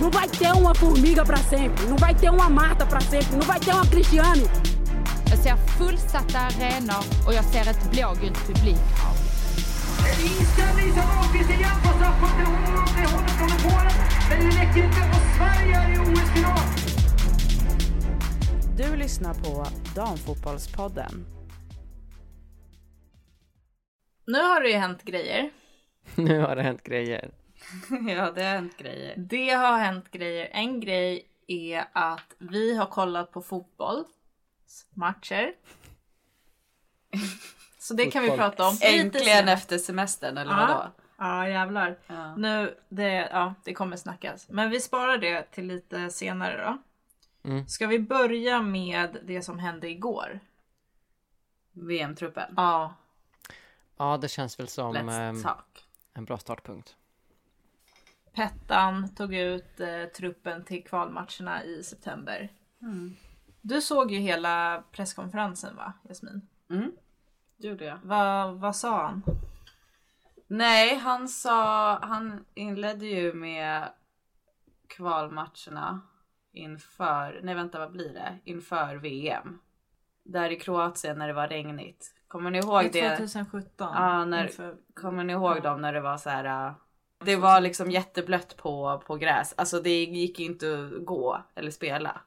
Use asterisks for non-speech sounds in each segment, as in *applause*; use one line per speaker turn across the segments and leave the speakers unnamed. Não vai ter uma formiga para sempre, não vai ter uma Marta para sempre, não vai ter uma Cristiane.
Jag ser fullsatta arenor och jag ser ett blågult publikhav.
Inställning som Ahlqvist igen på straffpunkten. Hon håller från Polen, men det räcker inte. Och Sverige är i OS-final.
Du lyssnar på Damfotbollspodden.
Nu har det ju hänt grejer.
*laughs* Nu har det hänt grejer.
ja, det har hänt grejer. Det har hänt grejer. En grej är att vi har kollat
*laughs*
på fotbollsmatcher. Så det kan vi
Fotboll.
prata om. lite
Äntligen
senare.
efter semestern eller
Ja,
vadå?
ja jävlar.
Ja.
Nu, det, ja, det kommer snackas. Men vi sparar det till lite senare då.
Mm.
Ska vi börja med det som hände igår?
VM-truppen.
Ja,
Ja, det känns väl som
let's
ehm,
talk.
en bra startpunkt.
Pettan tog ut eh, truppen till kvalmatcherna i september.
Mm.
Du såg ju hela presskonferensen va, Jasmin?
Mm. Gjorde jag.
Va, vad sa han?
Nej, han sa, han inledde ju med kvalmatcherna inför, nej vänta vad blir det? Inför VM. Där i Kroatien när det var regnigt. Kommer ni ihåg
Det är
det?
2017.
Ja, när-
inför-
Kommer ni ihåg dem när det var så här? äh, Det var liksom jätteblött på, på gräs. Alltså det gick inte att gå eller spela.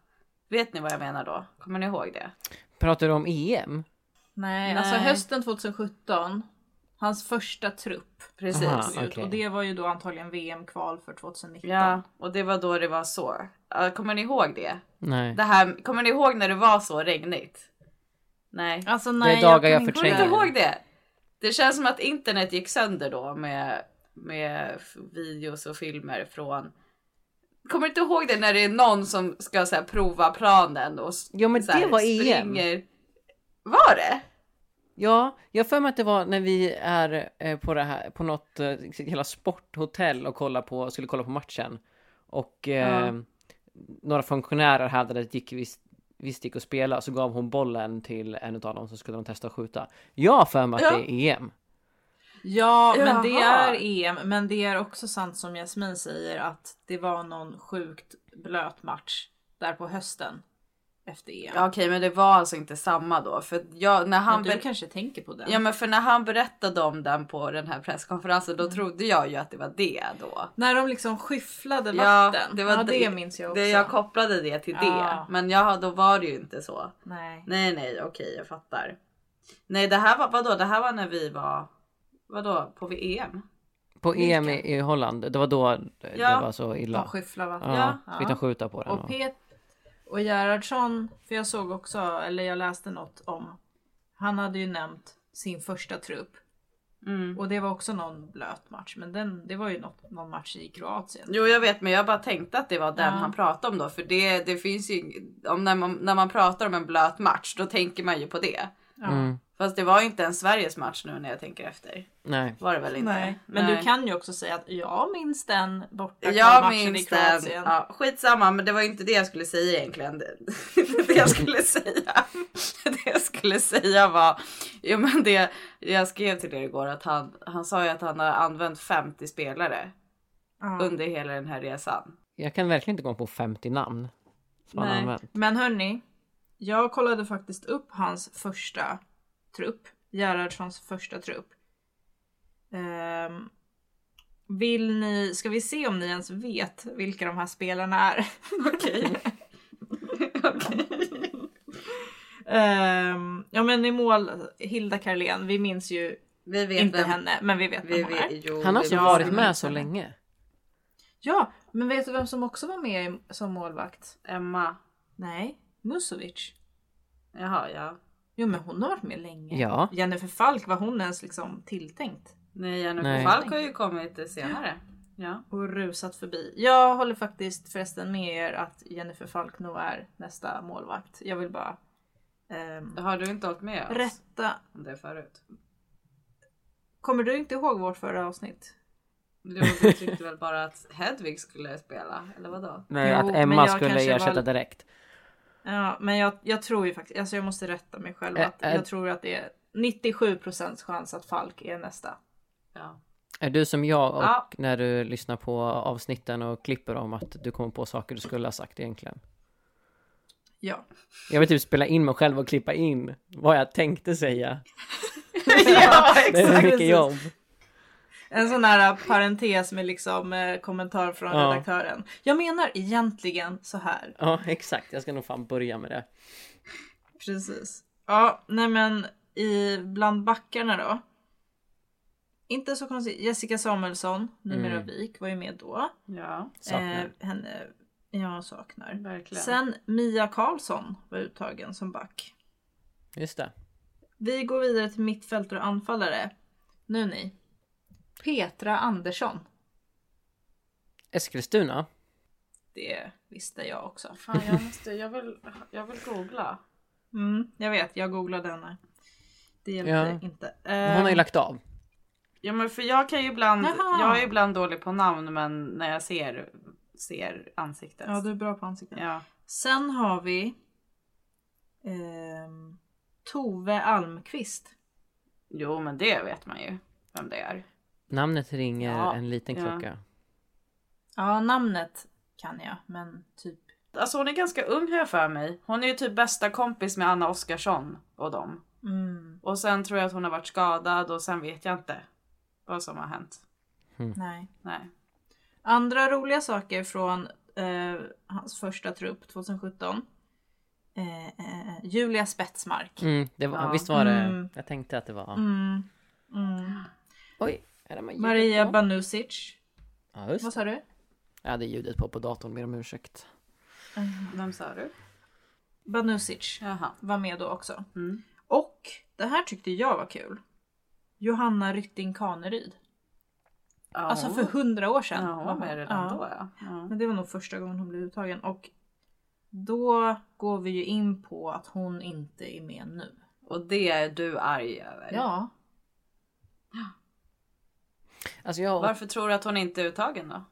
Vet ni vad jag menar då? Kommer ni ihåg det?
Pratar du om E EM?
Nej, alltså
Nej.
hösten 2017. Hans första trupp.
Precis.
Aha,
togs ut
Ah, okej.
Och det var ju då antagligen VM-kval för 2019.
Ja, och det var då det var så. Ja, Kommer ni ihåg det?
Nej.
det här, kommer ni ihåg när det var så regnigt? Nej.
Alltså nej,
dagar jag
kommer inte
Kommer ni
förtränger.
inte
ihåg.
ihåg det? Det känns som att internet gick sönder då med, med f- videos och filmer från... Kommer inte ihåg det när det är någon som ska så här, prova planen och s-
Jo, men
så här,
det var E EM.
springer. Var det?
Ja, jag har för mig att det var när vi är eh, på det här, på något, eh, hela sporthotell och kollar på, skulle kolla på matchen. Och eh, några funktionärer hävdade att det gick visst, visst gick att spela, så gav hon bollen till en av dem så skulle de testa att skjuta. Jag har för mig att
Ja.
det är E EM.
Ja, men det
Jaha.
är E EM. Men det är också sant som Jasmin säger att det var någon sjukt blöt match där på hösten efter EM.
Ja, Okej, men det var alltså inte samma då. För jag, när han
men du
ber-
kanske tänker på den.
Ja men för när han berättade om den på den här presskonferensen
Mm.
då trodde jag ju att det var det då.
När de liksom skyfflade
Ja,
vatten.
det var
ja, det,
det-
minns jag också.
Det, jag kopplade det till
Ja.
det. Men ja, då var det ju inte så.
Nej.
Nej, nej, okej, jag fattar. Nej, det här var vadå? Det här var när vi var vadå på VM?
På EM i, i Holland, det var då det
Ja.
var så
De
illa.
skyfflar vatten.
Ja,
Ja.
fick de skjuta på den.
Och Pet och Gerhardsson, för jag såg också, eller jag läste något om, han hade ju nämnt sin första trupp.
Mm.
Och det var också någon blöt match, men den, det var ju något, någon match i Kroatien.
Jo, jag vet, men jag bara tänkte att det var den
Ja.
han pratade om då, för det, det finns ju ing- om när man, när man pratar om en blöt match, då tänker man ju på det.
Ja.
Mm,
Fast det var inte en Sveriges match nu när jag tänker efter.
nej.
Var det väl inte?
Nej. Men du kan ju också säga att jag minns den borta
Jag
matchen i
minns den.
Kroatien.
Ja, skitsamma, men det var ju inte det jag skulle säga egentligen. *laughs* Det, det *laughs* jag skulle säga. Det jag skulle säga var. Jo, men det jag skrev till er igår att han, han sa ju att han har använt 50 spelare
Ja.
under hela den här resan.
Jag kan verkligen inte komma på 50 namn. Som han
Nej.
använt.
Men hörni, jag kollade faktiskt upp hans första trupp. Gerhardssons första trupp. Ehm, vill ni, ska vi se om ni ens vet vilka de här spelarna är? *laughs* Okej. Ehm, ja men i mål, Hilda Karlén, vi minns ju
Vi vet
inte
vem-
henne, men vi vet
Vi,
vem hon är.
vi, jo,
Han har
vi
alltså
vet
varit
vem
med
hon
så
är.
länge.
Ja, men vet du vem som också var med i- som målvakt?
Emma.
Nej, Musovic.
Jaha, ja.
Jo men hon har varit med länge.
Ja.
Jennifer Falk, var hon ens liksom tilltänkt?
Nej, Jennifer
Nej.
Falk har ju kommit senare. Ja.
Och rusat förbi. Jag håller faktiskt förresten med er att Jennifer Falk nog är nästa målvakt. Jag vill bara ehm,
Har du inte hållit med oss
rätta.
om det förut?
Kommer du inte ihåg vårt förra avsnitt?
Jo, Du tyckte väl bara att Hedvig skulle spela, eller vadå?
Nej,
Jo,
att
men
Emma
jag
skulle
kanske
ersätta
var-
direkt.
Ja, men jag, jag tror ju faktiskt, alltså jag måste rätta mig själv.
Ä-
Att
ä-
jag tror att det är 97% chans att Falk är nästa.
Ja.
Är du som jag och
Ja.
när du lyssnar på avsnitten och klipper om att du kommer på saker du skulle ha sagt egentligen?
Ja.
Jag vill typ spela in mig själv och klippa in vad jag tänkte säga.
*laughs* ja,
Det är mycket
precis.
jobb.
En sån här äh, parentes med liksom eh, kommentar från
Ja.
redaktören. Jag menar egentligen så här.
Ja, exakt. Jag ska nog fan börja med
Eh.
det.
Precis. Ja, nej men i bland backarna då. Inte så konstigt. Jessica Samuelsson, numera
Mm.
Wik, var ju med då.
Ja,
Saknar.
Eh, henne, jag saknar.
verkligen.
Sen Mia Karlsson var uttagen som back.
Just det.
Vi går vidare till mittfältare och anfallare. Nu ni. Petra Andersson.
Eskilstuna.
Det visste jag också.
Fan, jag, måste, jag, vill, jag vill googla.
Mm, jag vet, jag googlade henne. Det hjälpte
Ja.
inte. Ehm,
Hon
Eh.
har ju lagt av.
Ja men för jag kan ju ibland,
Jaha.
jag är ibland dålig på namn men när jag ser, ser ansiktet.
Ja, du är bra på ansikten.
ja.
Sen har vi ehm, Tove Almqvist.
Jo men det vet man ju vem det är.
Namnet ringer
Ja,
en liten
ja.
klocka.
Ja, namnet kan jag, men typ.
Alltså hon är ganska ung har jag för mig. Hon är ju typ bästa kompis med Anna Oskarsson och dem.
Mm,
Och sen tror jag att hon har varit skadad och sen vet jag inte vad som har hänt.
nej.
Nej.
Andra roliga saker från eh, hans första trupp 2017. Eh, eh, Julia Spetsmark.
Mm, det var,
Ja.
Visst var det?
Mm.
Jag tänkte att det var.
Mm, mm.
Oj, är det Maria?
Maria Banusic.
Ja, just
Vad
det.
sa du?
Jag hade ljudet på på datorn, ber om ursäkt.
Vem sa du?
Banusic
Jaha.
var med då också.
Mm.
Och det här tyckte jag var kul. Johanna Rytting Kaneryd.
Ja,
Alltså
hon-
för hundra år sedan.
Ja hon var med redan
Ja.
då ja. ja.
Men det var nog första gången hon blev uttagen och då går vi ju in på att hon inte är med nu.
Och det är du arg över.
Ja,
Alltså jag...
Varför tror du att hon inte är uttagen då?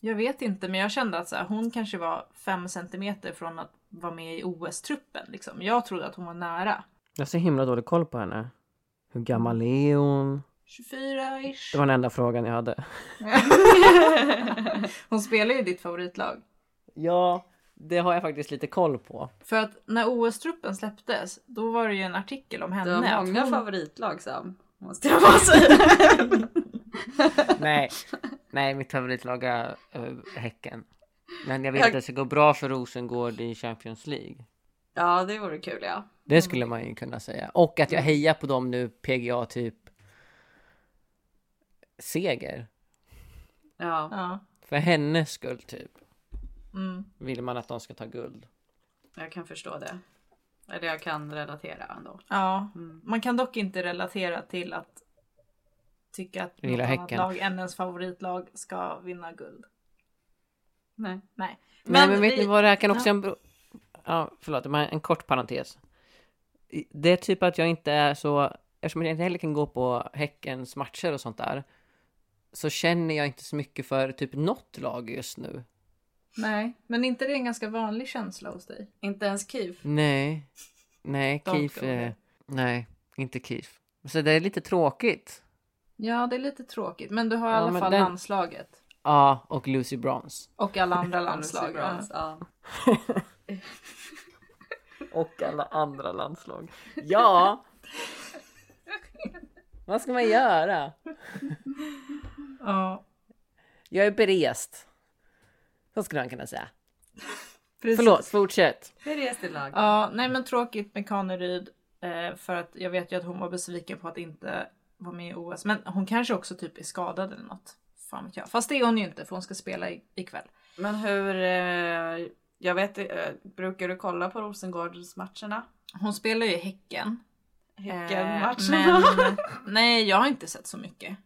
jag vet inte men jag kände att så här, hon kanske var fem centimeter från att vara med i OS-truppen. Liksom. Jag trodde att hon var nära.
Jag har så himla dålig koll på henne. Hur gammal är hon?
24-ish.
Det var den enda frågan jag hade.
Hon spelar ju ditt favoritlag.
Ja, det har jag faktiskt lite koll på.
För att när OS-truppen släpptes, då var det ju en artikel om henne.
Du har
att
många
hon...
favoritlag Sam. Måste jag bara
*laughs*
säga.
Nej, nej mitt favoritlag är äh, Häcken. Men jag vet
Jag-
att det ska gå bra för Rosengård i Champions League.
ja det vore kul ja.
Det skulle man ju kunna säga. Och att jag hejar på dem nu, PGA typ... Seger.
Ja.
Ja.
För hennes skull typ.
Mm.
Vill man att de ska ta guld.
Jag kan förstå det. Eller jag kan relatera ändå.
Ja,
Mm.
man kan dock inte relatera till att tycka att
Gilla
något annat
Häcken.
lag än ens favoritlag ska vinna guld.
Nej.
Nej.
Nej men vet
vi-
ni vad det här kan också... En... bro- Ja, förlåt, men en kort parentes. Det är typ att jag inte är så... Eftersom jag inte heller kan gå på Häckens matcher och sånt där. Så känner jag inte så mycket för typ något lag just nu.
Nej, men inte det är en ganska vanlig känsla hos dig?
Inte ens KIF.
Nej. Nej,
Don't
Kif.
go there.
eh, Nej, inte Kif. Så det är lite tråkigt.
Ja, det är lite tråkigt, men du har i
Ja,
alla
men
fall
den-
landslaget
Ja, och Lucy Bronze.
och alla andra landslag.
Landslag.
ja.
typ, Ja.
Och alla andra landslag. *laughs* Ja! Vad ska man göra?
Ja,
Jag är berest. Så skulle man kunna säga.
precis.
Förlåt, fortsätt.
Det är reselag.
Ja, nej men tråkigt med Kaneryd eh, för att jag vet ju att hon var besviken på att inte vara med i OS. Men hon kanske också typ är skadad eller något. Fan vet jag. Fast det är hon ju inte för hon ska spela i- ikväll.
Men hur... Eh, jag vet eh, Brukar du kolla på Rosengårdsmatcherna?
Hon spelar ju i Häcken.
*laughs*
Eh,
Häckenmatcherna?
men, nej, jag har inte sett så mycket.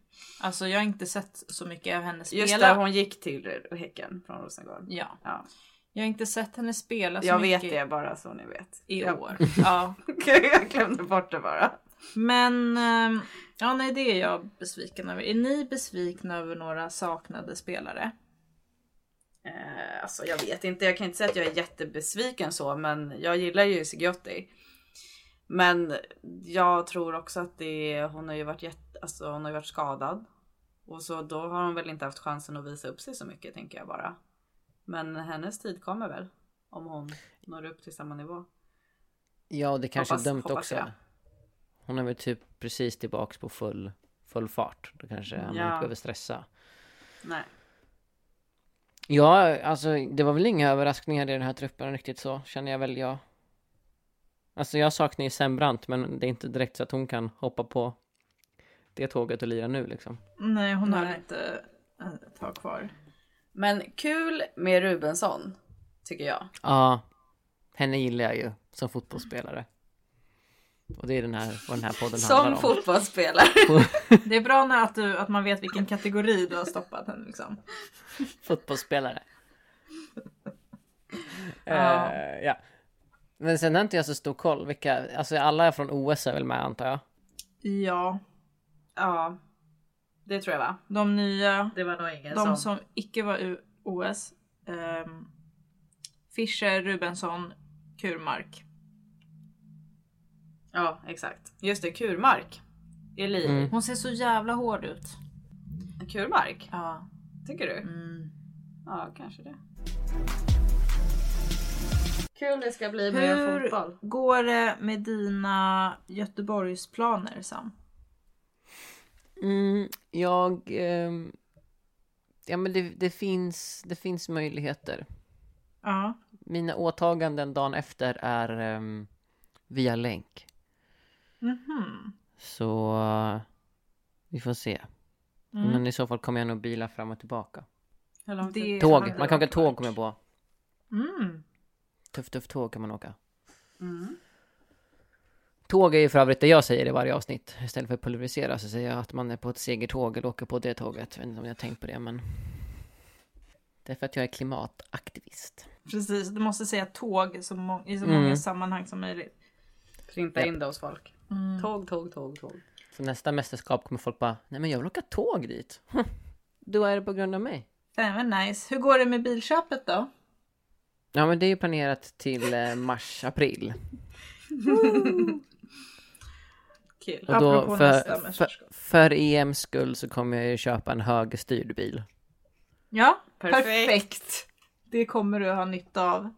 Alltså jag har inte sett så mycket av henne spela.
Just där hon gick till Häcken från Rosengård.
Ja.
Ja.
Jag har inte sett henne spela så
Jag vet
mycket
det bara så ni vet.
i
Jag-
år. Ja.
*laughs* jag glömde bort det bara.
Men ehm, ja, nej, det är jag besviken över. Är ni besvikna över några saknade spelare?
Eh, alltså jag vet inte, jag kan inte säga att jag är jättebesviken så men jag gillar ju Sigiotti. Men jag tror också att det, hon har ju varit jätte, alltså hon har ju varit skadad. Och så då har hon väl inte haft chansen att visa upp sig så mycket tänker jag bara. Men hennes tid kommer väl. Om hon når upp till samma nivå.
Ja, och det kanske
Hoppas-
är dumt
hoppas
också.
jag.
Hon är väl typ precis tillbaks på full, full fart. Då kanske man
Ja.
inte behöver stressa.
Nej.
Ja, alltså det var väl inga överraskningar i den här truppen riktigt så, känner jag väl jag. Alltså jag saknar ju Sembrant, men det är inte direkt så att hon kan hoppa på det tåget och lira nu liksom.
Nej, hon har
Nej.
lite eh, ett tag kvar.
Men kul med Rubensson. Tycker jag.
Ja, henne gillar jag ju som fotbollsspelare. Och det är den här, vad den här podden
Som
handlar om.
fotbollsspelare. *laughs*
Det är bra när att, du, att man vet vilken kategori du har stoppat henne liksom.
Fotbollsspelare.
Ja.
Eh, *laughs* ja. Men sen har inte jag så stor koll. Vilka, alltså alla är från OS är väl med antar jag?
Ja,
Ja. Det tror jag va?
de nya,
Det var nog ingen
de
sån.
som icke var ur OS. ehm, Fischer, Rubensson, Kurmark.
Ja exakt. Just det, Kurmark. Elin.
Mm.
Hon ser så jävla hård ut.
Kurmark?
Ja.
Tycker du?
Mm.
Ja, kanske det. Kul det ska bli med
Hur
fotboll.
går det med dina Göteborgsplaner Sam?
Mm, jag... ehm, ja men det, det, finns, det finns möjligheter.
Ja.
Mina åtaganden dagen efter är ehm, via länk.
Mhm.
Så vi får se.
Mm.
Men i så fall kommer jag nog bila fram och tillbaka.
Hur långt
Det-
Tåg,
hade
man kan åka
varit
tåg
värt.
kommer jag på.
Mm.
Tuff tuff tåg kan man åka.
Mm.
Tåg är ju för övrigt det jag säger i varje avsnitt. Istället för pulverisera så säger jag att man är på ett segertåg eller åker på det tåget. Jag vet inte om jag har tänkt på det men. Det är för att jag är klimataktivist.
Precis, du måste säga tåg så må- i så
Mm.
många sammanhang som möjligt.
Printa
Ja.
in det hos folk.
Mm.
Tåg, tåg, tåg, tåg.
Så nästa mästerskap kommer folk bara, nej men jag vill åka tåg dit. Hm, *laughs* Då är det på grund av mig.
Även nice. Hur går det med bilköpet då?
Ja men det är ju planerat till eh, mars, april.
Kul.
Och då
Apropå nästa
för, för,
mästerskap.
för EMs skull så kommer jag ju köpa en högerstyrd bil.
Ja,
Perfekt.
perfekt. Det kommer du ha nytta av.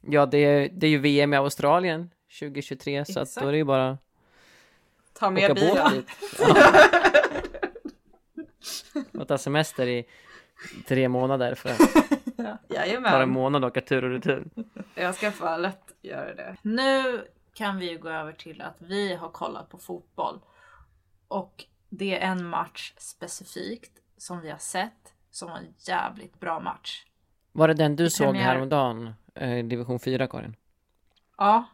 Ja det är, det är ju VM i Australien 2023 så att då är det ju bara
Ta
åka
med
båt
bilen.
dit. Ja. Och ta semester i tre månader för bara en
Jajamän.
månad åka tur och retur.
Jag ska fan lätt göra det.
Nu kan vi ju gå över till att vi har kollat på fotboll. Och det är en match specifikt som vi har sett som var en jävligt bra match.
Var det den du såg
premiär.
häromdagen? Eh, division 4 Karin?
Ja.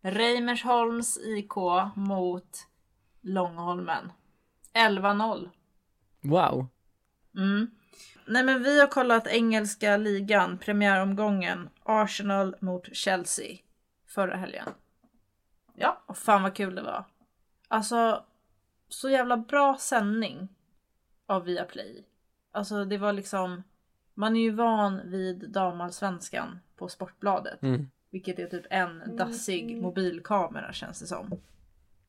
Reimersholms IK mot Långholmen. 11-0.
Wow!
Mm. Nej men vi har kollat engelska ligan, premiäromgången. Arsenal mot Chelsea. Förra helgen. Ja, och fan vad kul det var. Alltså, så jävla bra sändning av Viaplay. Alltså det var liksom, man är ju van vid damallsvenskan på Sportbladet.
Mm.
Vilket är typ en dassig mobilkamera känns det som.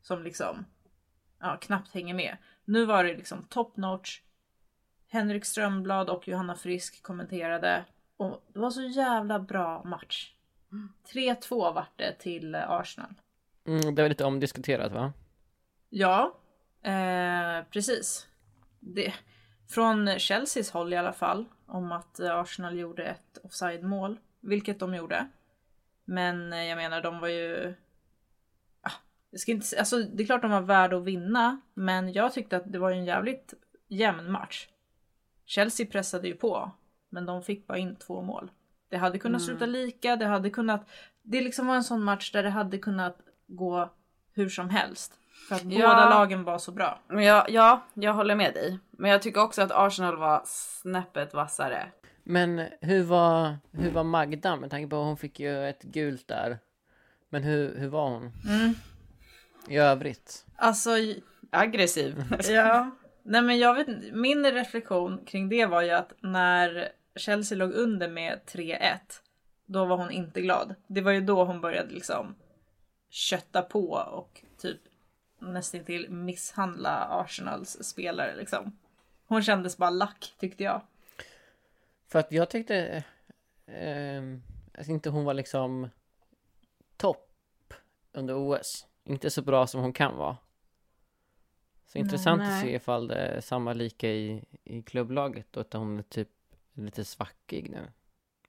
Som liksom ja, knappt hänger med. Nu var det liksom top notch. Henrik Strömblad och Johanna Frisk kommenterade. Och det var så jävla bra match. 3-2 vart det till eh, Arsenal.
Mm, det var lite omdiskuterat va?
Ja, eh, precis. Det, från Chelseas håll i alla fall om att eh, Arsenal gjorde ett offside-mål, vilket de gjorde. Men eh, jag menar, de var ju... Ah, jag ska inte, sä- alltså, det är klart de var värda att vinna, men jag tyckte att det var ju en jävligt jämn match. Chelsea pressade ju på, men de fick bara in två mål. Det hade kunnat sluta lika, det hade kunnat... Det liksom var en sån match där det hade kunnat gå hur som helst. För att
Ja.
båda lagen var så bra.
Men ja, ja, jag håller med dig. Men jag tycker också att Arsenal var snäppet vassare.
Men hur var, hur var Magda med tanke på att hon fick ju ett gult där? Men hur, hur var hon? I övrigt?
Alltså,
Aggressiv.
*laughs* ja. Nej men jag vet inte. min reflektion kring det var ju att när Chelsea låg under med 3-1, då var hon inte glad. Det var ju då hon började liksom kötta på och typ nästintill misshandla Arsenals spelare liksom. Hon kändes bara lack tyckte jag.
För att jag tyckte... Eh, att inte hon var liksom topp under OS. Inte så bra som hon kan vara. Så intressant att se ifall det är samma lika i, i klubblaget och att hon är typ lite svackig nu.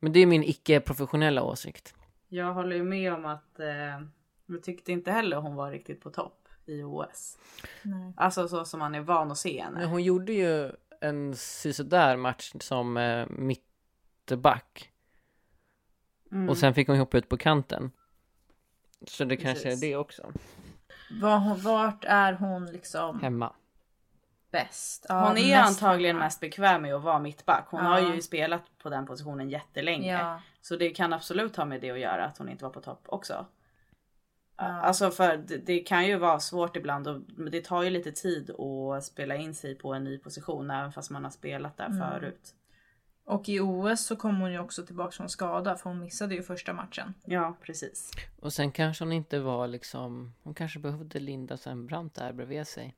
Men det är min icke-professionella åsikt.
Jag håller ju med om att eh, jag tyckte inte heller hon var riktigt på topp i OS.
Nej.
Alltså så som man är van att se henne.
Men hon gjorde ju en sisådär match som eh, mittback.
Mm.
Och sen fick hon hoppa ut på kanten. Så det kanske
Precis.
är det också.
Var hon, vart är hon liksom
Hemma.
bäst? Ja,
Hon är ju
mest
antagligen
hemma.
mest bekväm med att vara mittback. Hon
Ja.
har ju spelat på den positionen jättelänge.
Ja.
Så det kan absolut ha med det att göra att hon inte var på topp också.
Ja.
Alltså för det, det kan ju vara svårt ibland och men det tar ju lite tid att spela in sig på en ny position även fast man har spelat där
Mm.
förut.
Och i OS så kom hon ju också tillbaka från skada för hon missade ju första matchen.
Ja precis.
Och sen kanske hon inte var liksom... Hon kanske behövde Linda Sembrant där bredvid sig.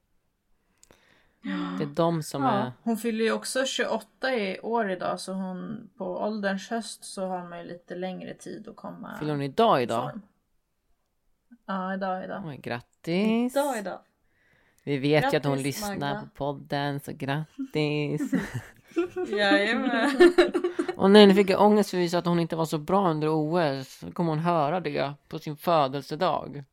Det är de som är...
Ja, hon fyller ju också 28 i år idag så hon på ålderns höst så har man ju lite längre tid att komma
Fyller hon idag
i
idag?
form. Ja, idag, idag.
Oj, grattis!
idag.
Vi vet ju att hon
Grattis,
lyssnar
Magda.
på podden, så grattis!
Jajamän.
Och nej, nu fick jag ångest för vi sa att hon inte var så bra under OS. Så kommer hon höra det på sin födelsedag.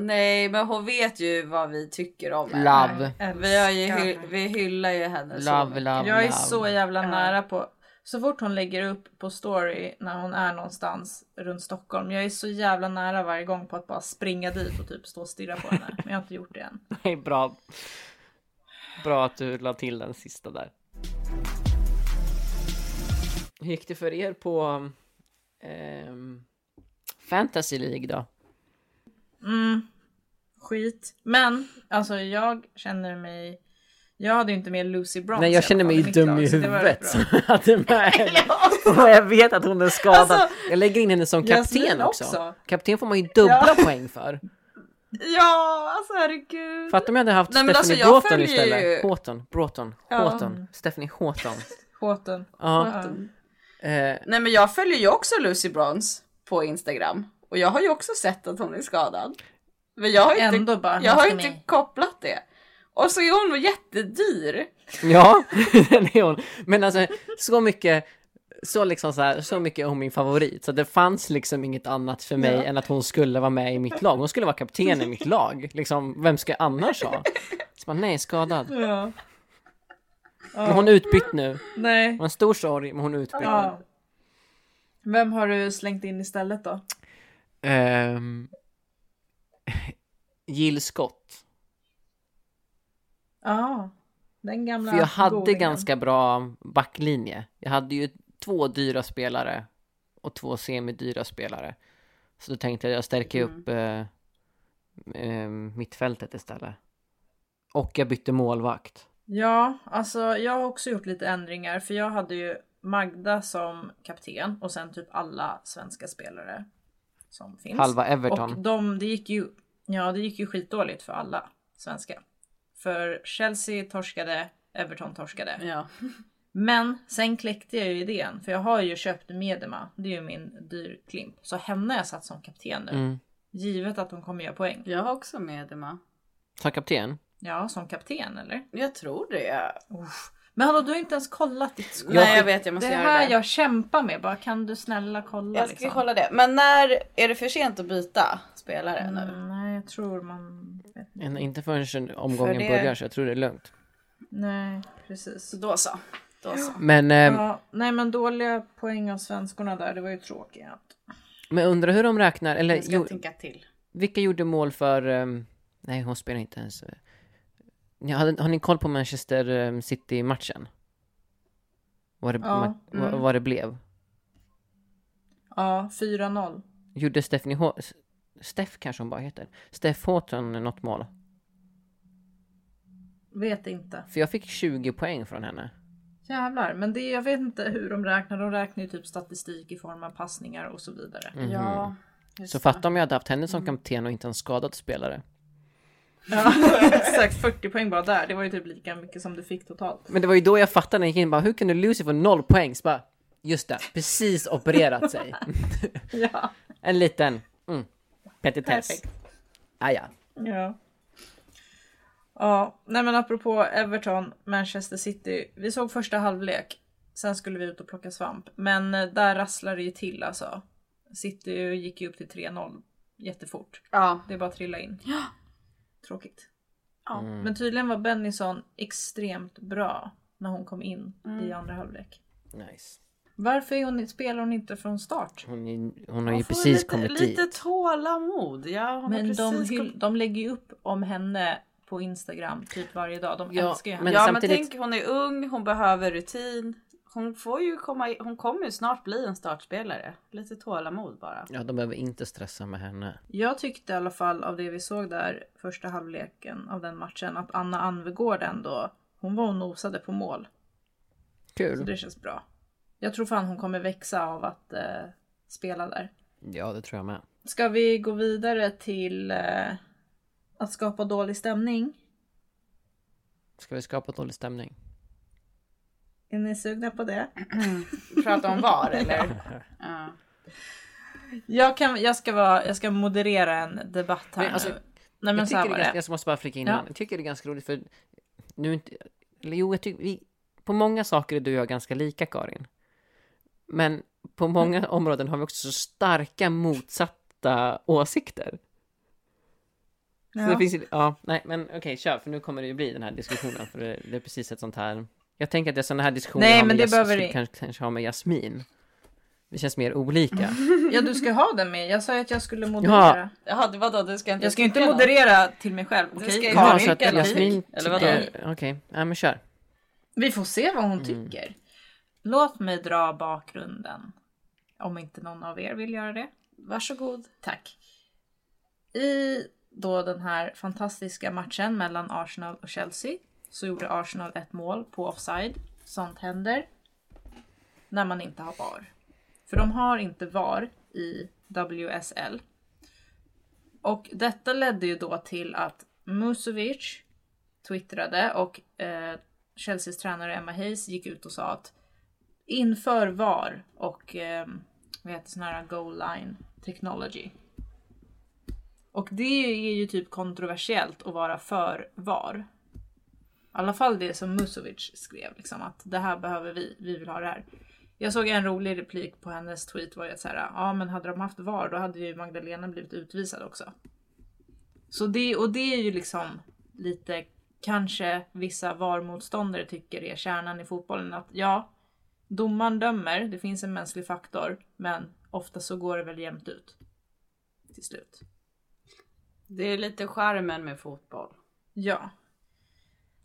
Nej men hon vet ju vad vi tycker om henne.
Love,
Vi, har ju
Älskar
hy- vi hyllar ju henne så
love,
mycket.
love,
Jag är
love.
så jävla
Ja.
nära på... Så fort hon lägger upp på story när hon är någonstans runt Stockholm. Jag är så jävla nära varje gång på att bara springa dit och typ stå och stirra på henne. Men jag har inte gjort det än.
Det är bra. Bra att du la till den sista där. Hur gick det för er på ehm, Fantasy League då?
Mm. Skit. Men alltså jag känner mig... Jag hade ju inte med Lucy Bronze
Nej,
i alla
jag känner
fall
mig
mitt
dum
lag,
i
så det var
huvudet
bra. Alltså,
som jag *laughs*
*laughs*
hade med henne. Och jag vet att hon är skadad. jag lägger in henne som
Jasmin
kapten också.
också.
Kapten får man ju dubbla
*laughs*
poäng för.
Ja alltså herregud.
Fattar om jag hade haft
Nej, men
Stephanie
alltså, jag
Broughton
följer
istället.
ju-
Houghton, Broughton, Houghton, Stephanie Houghton.
Håten.
Ja. Eh,
Nej men jag följer ju också Lucy Bronze på Instagram och jag har ju också sett att hon är skadad. Men jag har inte,
Ändå bara,
jag
hon
har
ska
inte
med.
kopplat det. Och så är hon jättedyr.
Ja, *laughs* det är hon. Men alltså så mycket, så liksom så här, så mycket är hon min favorit. Så det fanns liksom inget annat för mig än att hon skulle vara med i mitt lag. Hon skulle vara kapten i mitt lag. Liksom, vem ska jag annars ha? Så man, nej, skadad.
Ja.
Men hon är utbytt nu. Det
Nej.
var en stor sorg, men hon är utbytt
Ja. Vem har du slängt in istället då?
nu. Ehm, Jill Scott.
Ja. Den gamla
För jag hade
godingen.
ganska bra backlinje. Jag hade ju två dyra spelare och två semidyra spelare. Så då tänkte jag, jag stärker
Mm.
upp eh, eh, mittfältet istället. Och jag bytte målvakt.
Ja, alltså jag har också gjort lite ändringar för jag hade ju Magda som kapten och sen typ alla svenska spelare som finns.
Halva Everton.
Och de, det gick ju, ja det gick ju skitdåligt för alla svenska. För Chelsea torskade, Everton torskade.
Ja.
Men sen kläckte jag ju idén för jag har ju köpt Medema, det är ju min dyr klimp. Så henne har jag satt som kapten nu.
Mm.
Givet att hon kommer göra poäng.
Jag har också med Emma.
Som kapten.
Ja, som kapten eller?
Jag tror det.
Uff. Men hallå, du har inte ens kollat ditt skåp.
Nej jag vet jag
Det
måste
är
göra
här
det. Jag,
jag kämpar med. Bara, kan du snälla kolla? liksom?
jag ska kolla liksom. det. Men när är det för sent att byta spelare nu?
Mm, nej, jag tror man...
Men Inte förrän omgången
För det-
börjar så jag tror det är lugnt.
Nej, precis.
Så då så. Då så.
Men, eh,
Ja, nej, men dåliga poäng av svenskorna där. Det var ju tråkigt.
men undrar hur de räknar. Eller
Jag ska
jo,
tänka till.
vilka gjorde mål för... ehm, nej, hon spelar inte ens. eh. Ni, har, har ni koll på Manchester ehm, City-matchen? Vad det,
Ja,
ma- vad-
mm.
vad det blev?
Ja, 4-0.
Gjorde Stephanie H... S- Steff kanske hon bara heter. Steff Houghton något mål.
Vet inte.
För jag fick 20 poäng från henne.
Jävlar, men det, jag vet inte hur de räknar. De räknar ju typ statistik i form av passningar och så vidare.
Mm.
Mhm.
Ja. just
så
det.
Mm.
fatta om jag hade haft henne som kapten och inte en skadad spelare.
Ja, *laughs* exakt, 40 poäng bara där. Det var ju typ lika mycket som du fick
*laughs*
totalt.
Men det var ju då jag fattade när jag gick in bara, hur kunde Lucy få noll poäng? Så bara, just det, precis
*laughs*
opererat sig.
Ja,
En liten, mm, petitess.
perfekt.
Ah, ja.
Ja. Ja, nej men apropå Everton, Manchester City. Vi såg första halvlek. Sen skulle vi ut och plocka svamp. Men eh, där rasslade det ju till alltså. City gick ju upp till 3-0 jättefort.
Ja.
Det är bara att trilla in. Tråkigt. Ja.
Mm.
Men tydligen var Bennison extremt bra när hon kom in i
Mm.
andra halvlek.
Nice.
Varför är hon, spelar hon inte från start?
Hon, är- hon har ju
Man får
precis
lite,
kommit dit.
Lite tålamod. Ja, hon har
Men de,
precis
hyll,
kommit-
de lägger ju upp om henne på Instagram typ varje dag. De
Ja,
älskar ju henne.
men
ja
samtidigt-
men tänk hon är ung, hon behöver rutin. Hon får ju komma, i- hon kommer ju snart bli en startspelare. Lite tålamod bara.
Ja, de behöver inte stressa med henne.
Jag tyckte i alla fall av det vi såg där första halvleken av den matchen att Anna Anvegård ändå, hon var och nosade på mål. Så
Kul.
det känns bra. Jag tror fan hon kommer växa av att eh, spela där.
Ja, det tror jag med.
Ska vi gå vidare till eh, att skapa dålig stämning?
Ska vi skapa dålig stämning?
Är ni sugna på
*clears throat*
det? Mm.
*laughs* Prata om *laughs* VAR eller? ja.
Jag, kan, jag, ska, vara, jag ska moderera en debatt här
Men alltså,
nu. Nej men
jag,
så
tycker
här
det
var
är ganska,
det.
jag måste bara flika in
Ja.
här. Jag tycker det är ganska roligt för nu är inte, eller jo, jag tycker vi, på många saker är du och jag ganska lika Karin. Men på många områden har vi också så starka motsatta åsikter. Så
Ja.
det finns ju, ja, nej men okej kör för nu kommer det ju bli den här diskussionen för det, det är precis ett sånt här. Jag tänker att det är sådana här diskussioner
Nej,
jag har
men
med
det
Jas-
behöver
skulle
det-
kanske, kanske ha med Jasmin. Vi känns
*laughs*
mer olika.
Ja du ska ha den med. Jag sa ju att jag skulle moderera.
Jaha, det var då du ska inte
Jag ska ju inte
tycka något.
moderera till mig själv. Okej?
ska ju
Ja,
Karin,
så att
eller-
Jasmin
eller vadå?
tycker, okej, ja men kör.
Vi får se vad hon tycker. Låt mig dra bakgrunden. Om inte någon av er vill göra det. Varsågod. Tack. I då den här fantastiska matchen mellan Arsenal och Chelsea så gjorde Arsenal ett mål på offside. Sånt händer när man inte har VAR. För de har inte VAR i WSL. Och detta ledde ju då till att Musovic twittrade och eh, Chelseas tränare Emma Hayes gick ut och sa att inför VAR och eh, vad heter sån här goal line technology. Och det är ju typ kontroversiellt att vara för VAR. I alla fall det som Musovic skrev, liksom att det här behöver vi, vi vill ha det här. Jag såg en rolig replik på hennes tweet var ju att så här, ja men hade de haft VAR då hade ju Magdalena blivit utvisad också. Så det, och det är ju liksom lite kanske vissa VAR-motståndare tycker är kärnan i fotbollen att ja, domaren dömer, det finns en mänsklig faktor, men ofta så går det väl jämnt ut till slut.
Det är lite charmen med fotboll.
Ja.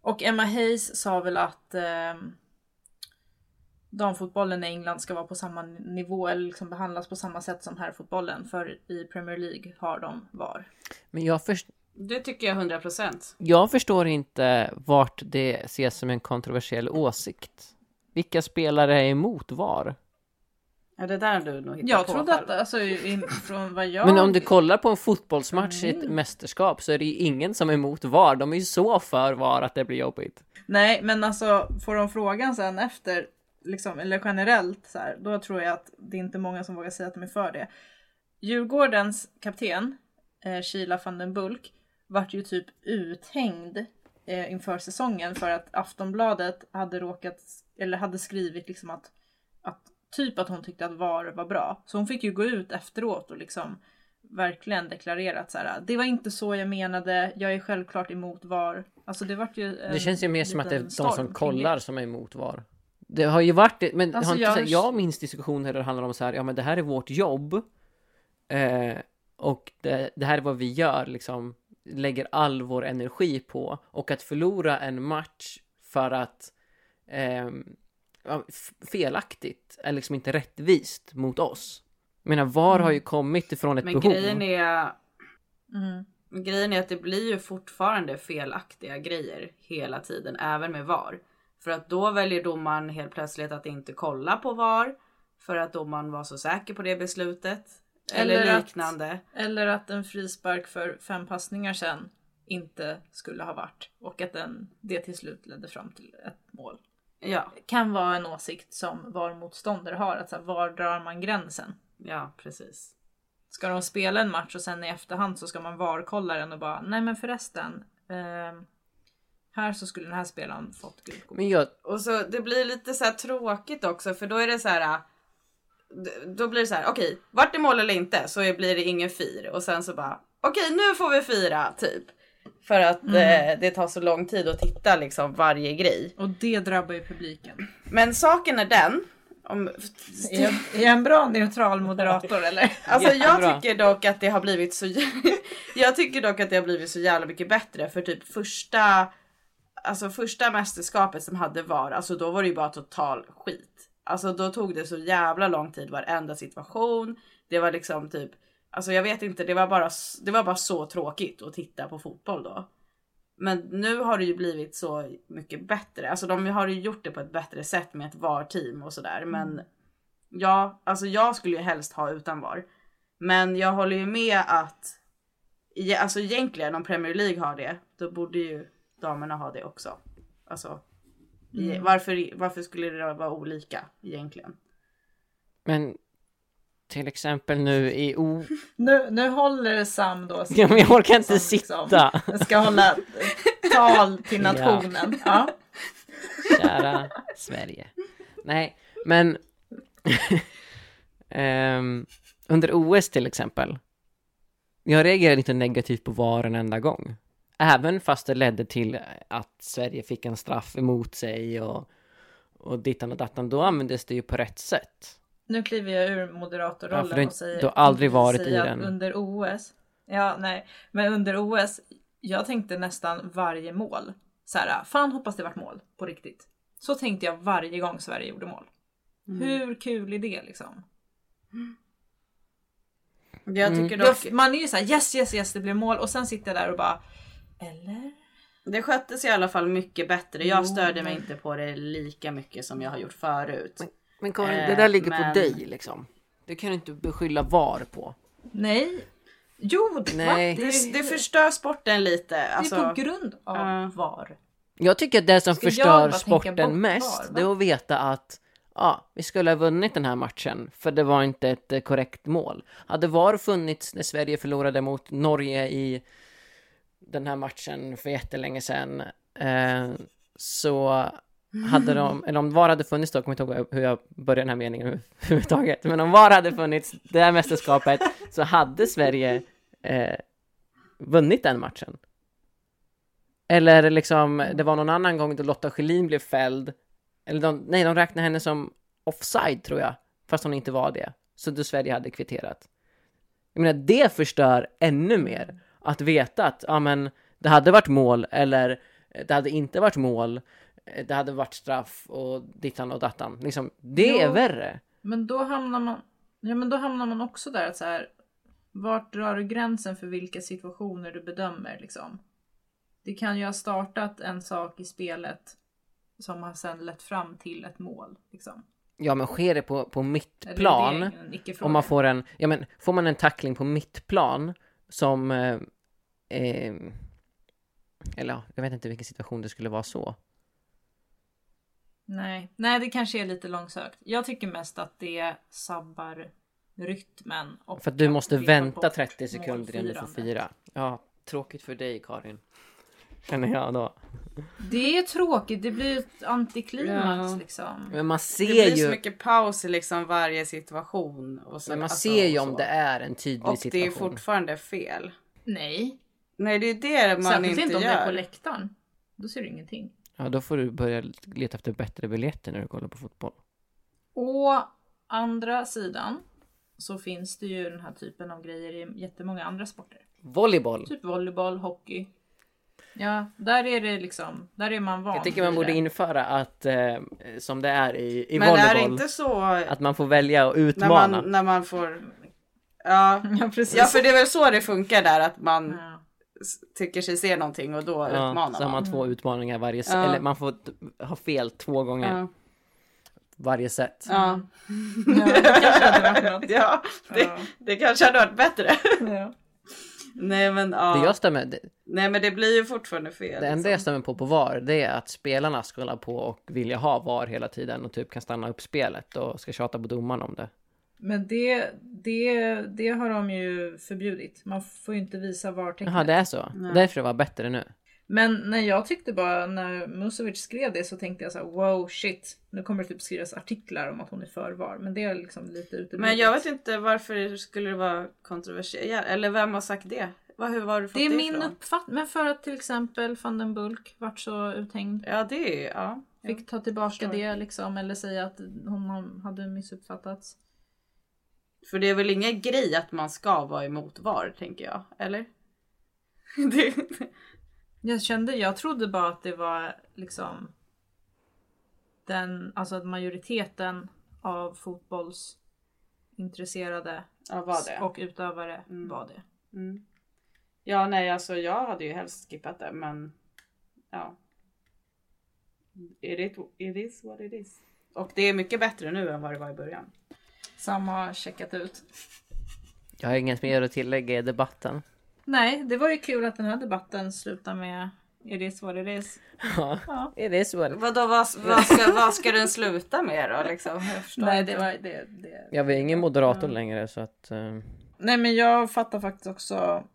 Och Emma Hayes sa väl att ehm, damfotbollen i England ska vara på samma nivå eller liksom behandlas på samma sätt som herrfotbollen för i Premier League har de VAR.
Men jag, först,
Det tycker jag 100 procent.
Jag förstår inte vart det ses som en kontroversiell åsikt. Vilka spelare är emot VAR?
Ja, det där har du nog hittat
Jag
på
trodde
själv.
att, alltså i- från vad jag...
Men om du kollar på en fotbollsmatch i
Mm.
ett mästerskap så är det ju ingen som är emot VAR. De är ju så för VAR att det blir jobbigt.
Nej, men alltså får de frågan sen efter, liksom, eller generellt, så här, då tror jag att det är inte många som vågar säga att de är för det. Djurgårdens kapten, eh, Sheila van den Bulk, vart ju typ uthängd eh, inför säsongen för att Aftonbladet hade råkat, eller hade skrivit liksom att, att typ att hon tyckte att VAR var bra. Så hon fick ju gå ut efteråt och liksom verkligen deklarera att så här, det var inte så jag menade, jag är självklart emot VAR. Alltså det vart ju en
Det känns ju mer som att det är
liten
de
storm kring
som
det.
kollar som är emot VAR. Det har ju varit det, men
Alltså,
har inte,
jag-
jag... jag minns diskussioner där det handlar om så här, ja men det här är vårt jobb. Eh, och det, det här är vad vi gör, liksom lägger all vår energi på. Och att förlora en match för att ehm, ja, f- felaktigt är liksom inte rättvist mot oss. Jag menar, VAR har ju kommit ifrån ett
Men
behov.
grejen är,
Mm.
grejen är att det blir ju fortfarande felaktiga grejer hela tiden, även med VAR. För att då väljer domaren helt plötsligt att inte kolla på VAR för att domaren var så säker på det beslutet. Eller,
Eller att-
liknande.
Eller att en frispark för fem passningar sen inte skulle ha varit och att den, det till slut ledde fram till ett mål.
Ja,
Kan vara en åsikt som var motståndare har, att så här, var drar man gränsen?
ja precis.
Ska de spela en match och sen i efterhand så ska man varkolla den och bara nej men förresten. ehm, här så skulle den här spelaren fått gult kort.
Men jag,
Och så det blir lite så här tråkigt också för då är det så här. äh, d- Då blir det så här, okej, vart det mål eller inte så är- blir det ingen fir och sen så bara okej, nu får vi fira typ. För att
Mm.
eh, det tar så lång tid att titta liksom varje grej.
Och det drabbar ju publiken.
Men saken är den. Om,
Är jag, är jag en bra neutral *laughs* moderator eller?
Alltså
Jättebra.
jag tycker dock att det har blivit så jä- *laughs* Jag tycker dock att det har blivit så jävla mycket bättre för typ första Alltså första mästerskapet som hade VAR, alltså då var det ju bara total skit. Alltså då tog det så jävla lång tid varenda situation. Det var liksom typ Alltså jag vet inte, det var bara, s- det var bara så tråkigt att titta på fotboll då. Men nu har det ju blivit så mycket bättre. Alltså de har ju gjort det på ett bättre sätt med ett VAR-team och sådär. Men ja, alltså jag skulle ju helst ha utan VAR. Men jag håller ju med att, ja, alltså egentligen om Premier League har det, då borde ju damerna ha det också. Alltså, i-
Mm.
varför, varför skulle det vara olika egentligen?
men till exempel nu i O...
Nu, nu håller Sam då sin-
*laughs* Ja, men jag orkar inte
som liksom
sitta.
ska hålla tal
*laughs*
till nationen. Ja.
Kära Sverige. Nej, men... *laughs* Ehm, under OS till exempel. Jag reagerade inte negativt på VAR en enda gång. Även fast det ledde till att Sverige fick en straff emot sig och, och dittan och dattan. Då användes det ju på rätt sätt.
Nu kliver jag ur
Ja, för
moderatorrollen
du har
och
inte-
säger
du har aldrig varit
säger
i
att
den.
Under OS, ja nej, men under OS, jag tänkte nästan varje mål. Så här, fan hoppas det vart mål på riktigt. Så tänkte jag varje gång Sverige gjorde mål. Hur kul är det liksom?
Jag
Mm.
tycker
Jag,
dock,
man är ju såhär yes yes yes det blev mål och sen sitter jag där och bara eller?
det sköttes i alla fall mycket bättre.
Jo,
Jag störde mig
men-
inte på det lika mycket som jag har gjort förut.
Men Karin,
Eh,
det där ligger
men-
på dig liksom. Det kan du inte beskylla VAR på.
Nej. Jo, det,
Nej.
va?
Det, det förstör sporten lite. Alltså,
det är på grund av
Ja.
VAR.
Jag tycker att det som
Ska jag
förstör
bara tänka bort
sporten mest,
VAR, va?
det är att veta att ja, vi skulle ha vunnit den här matchen, för det var inte ett eh, korrekt mål. Hade VAR funnits när Sverige förlorade mot Norge i den här matchen för jättelänge sedan, eh, så
*laughs*
hade de, eller om VAR hade funnits då, jag kommer inte ihåg hur jag började den här meningen överhuvudtaget, men om VAR hade funnits det här mästerskapet så hade Sverige eh, vunnit den matchen. Eller liksom, det var någon annan gång då Lotta Schelin blev fälld. Eller de, nej, de räknade henne som offside tror jag, fast hon inte var det. Så då Sverige hade kvitterat. Jag menar, det förstör ännu mer. Att veta att, ja men, det hade varit mål eller eh, det hade inte varit mål. eh, Det hade varit straff och dittan och dattan. Liksom, det är
Jo.
värre.
Men då hamnar man, ja, men då hamnar man också där att så här, vart drar du gränsen för vilka situationer du bedömer liksom? Det kan ju ha startat en sak i spelet som har sen lett fram till ett mål. Liksom.
Ja, men sker det på, på mitt
Eller
plan.
det är en icke-fråga.
Om man får en, ja men får man en tackling på mittplan som, eh, eh, eller ja, jag vet inte vilken situation det skulle vara så.
Nej. Nej, det kanske är lite långsökt. Jag tycker mest att det sabbar rytmen. och
För att du
att
måste
vi tar
vänta
bort
30 sekunder innan du får
målfirandet.
fira. Ja, tråkigt för dig Karin. Känner jag då.
Det är tråkigt, det blir ett antiklimax
Ja.
liksom.
Men man
det
ser
blir så
ju,
mycket paus i liksom varje situation. Och så,
men man
alltså,
ser ju
och
om
så.
det är en tydlig
Och det är
situation.
fortfarande fel.
Nej,
Nej det är det man
Särskilt
inte,
inte om det är på
gör.
läktaren. Då ser du ingenting.
Ja, då får du börja leta efter bättre biljetter när du kollar på fotboll.
Å andra sidan så finns det ju den här typen av grejer i jättemånga andra sporter.
Volleyboll!
Typ volleyboll, hockey. Ja, där är det liksom, där är man van.
Jag tycker man
vid
borde
det.
införa att, eh, som det är i, i
Men är det
volleyboll,
inte så
att man får välja och
när
utmana.
man, när man får... Ja.
*laughs* Ja, precis.
ja för det är väl så det funkar där att man
Ja.
s- tycker sig se någonting och då
Ja,
utmanar
så har
man.
man två utmaningar varje set.
Ja.
Eller man får t- ha fel två gånger
Ja.
varje set.
Ja.
Ja, det kanske hade varit något.
ja det,
Ja.
det kanske hade varit bättre.
Ja.
Nej men ja.
Det jag stämmer, det,
Nej men det blir ju fortfarande fel.
det enda jag
liksom.
stämmer på på VAR, det är att spelarna ska hålla på och vilja ha VAR hela tiden och typ kan stanna upp spelet och ska tjata på domaren om det.
Men det, det, det har de ju förbjudit. Man får ju inte visa vartecknet.
Jaha, det är så. Därför det var bättre nu.
Men när jag tyckte bara när Musovic skrev det så tänkte jag så här: wow shit. Nu kommer det typ skrivas artiklar om att hon är för VAR. Men det är liksom lite uteblivet.
Men jag vet inte varför det skulle vara kontroversiellt. Eller vem har sagt det? Vad- Hur var du fått
Det
det
är min
ifrån?
uppfattning. Men för att till exempel van den Bulk vart så uthängd.
Ja det är ju, ja.
Fick ta tillbaka
förstår.
det liksom. Eller säga att hon hade missuppfattats.
För det är väl ingen grej att man ska vara emot VAR tänker jag. Eller? *laughs* Det,
Jag kände, jag trodde bara att det var liksom den, alltså att majoriteten av fotbollsintresserade
ja var det.
och utövare var det.
Mm. Ja nej alltså jag hade ju helst skippat det men ja. It, it is what it is. Och det är mycket bättre nu än vad det var i början.
Samma har checkat ut.
Jag har inget mer att tillägga i debatten.
Nej, det var ju kul att den här debatten slutar med It is what it is.
Ja, it is what it-
Vadå vad, vad, ska, vad ska den sluta med då liksom? Jag förstår
Nej,
inte.
det var, det, det.
Jag är ingen moderator längre så att... eh,
Nej men jag fattar faktiskt också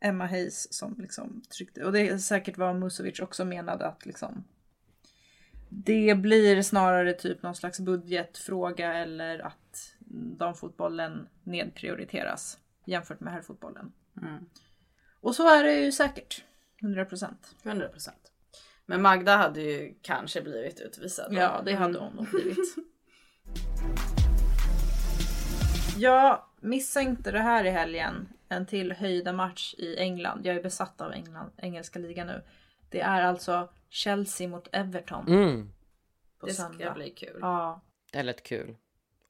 Emma Hayes som liksom tryckte, och det är säkert vad Musovic också menade att liksom det blir snarare typ någon slags budgetfråga eller att damfotbollen nedprioriteras jämfört med herrfotbollen. Mm. Och så är det ju säkert. 100%.
100%. Men Magda hade ju kanske blivit utvisad. då. Mm.
Ja, mm. det hade hon nog blivit. *laughs* Jag missar inte det här i helgen. En till höjda match i England. Jag är besatt av England, engelska ligan nu. Det är alltså Chelsea mot Everton
Mm,
på
Det ska
söndag.
bli kul.
Ja.
det lät kul.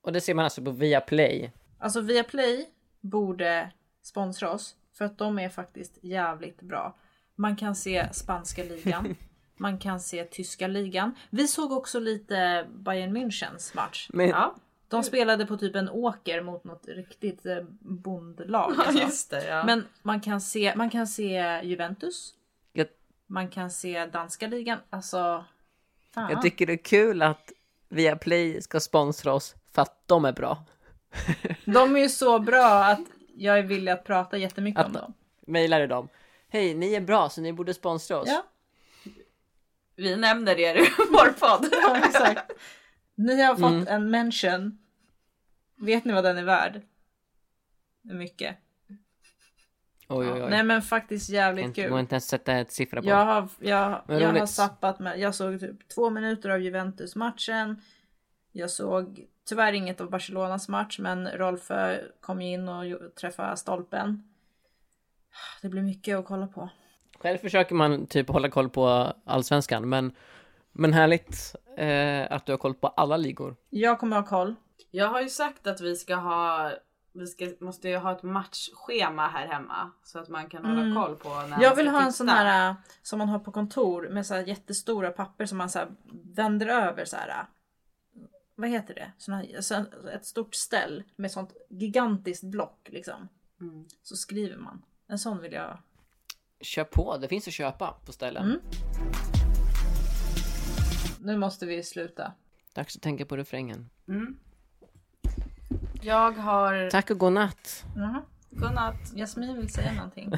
Och det ser man alltså på Viaplay.
Alltså Viaplay borde sponsra oss för att de är faktiskt jävligt bra. Man kan se spanska *laughs* ligan. Man kan se tyska ligan. Vi såg också lite Bayern Münchens match.
Men
Ja,
De spelade på typ en åker mot något riktigt eh, bondlag.
ja
alltså.
just det. Ja.
Men man kan, se, man kan se Juventus.
Jag-
Man kan se danska ligan. Alltså, fan.
jag tycker det är kul att Viaplay ska sponsra oss för att de är bra.
De är ju så bra att jag är villig att prata jättemycket om
Att-
dem.
Mailar du dem? Hej, ni är bra så ni borde sponsra oss.
Ja.
Vi nämner er i *laughs* vår podd.
Ja, exakt. Ni har fått
Mm.
en mention. Vet ni vad den är värd? Mycket.
Oj, oj, oj.
Nej men faktiskt jävligt
inte,
kul.
går inte ens sätta ett siffra på.
Jag har, jag,
Men
jag har
roligt.
sappat med, jag såg typ två minuter av Juventus-matchen. Jag såg tyvärr inget av Barcelonas match men Rolfö kom ju in och jo- träffade stolpen. Det blir mycket att kolla på.
Själv försöker man typ hålla koll på allsvenskan, men, men härligt eh, att du har koll på alla ligor.
Jag kommer ha koll.
Jag har ju sagt att vi ska ha, vi ska, måste ju ha ett matchschema här hemma. Så att man kan hålla
Mm.
koll på när
Jag
man
vill
ska
ha en
titta.
sån här äh, som man har på kontor med så här jättestora papper som man så här vänder över så här. äh, Vad heter det? Sån här, så- ett stort ställ med sånt gigantiskt block liksom.
Mm.
Så skriver man. En sån vill jag.
Kör på, det finns att köpa på ställen.
Mm. Nu måste vi sluta.
Dags att tänka på refrängen.
Mm. Jag har...
Tack och godnatt.
Jaha.
Godnatt.
Jasmin vill säga *laughs* någonting.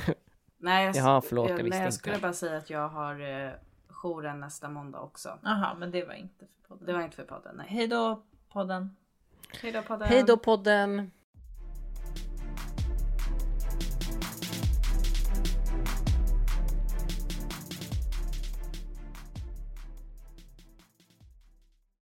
Nej jag,
Jaha, förlåt, jag
jag, nej,
visste
jag skulle
inte.
bara säga att jag har eh, jouren nästa måndag också.
Jaha, men det var inte för podden.
Det var inte för podden, nej.
Hej då podden.
Hej då podden.
Hej då podden!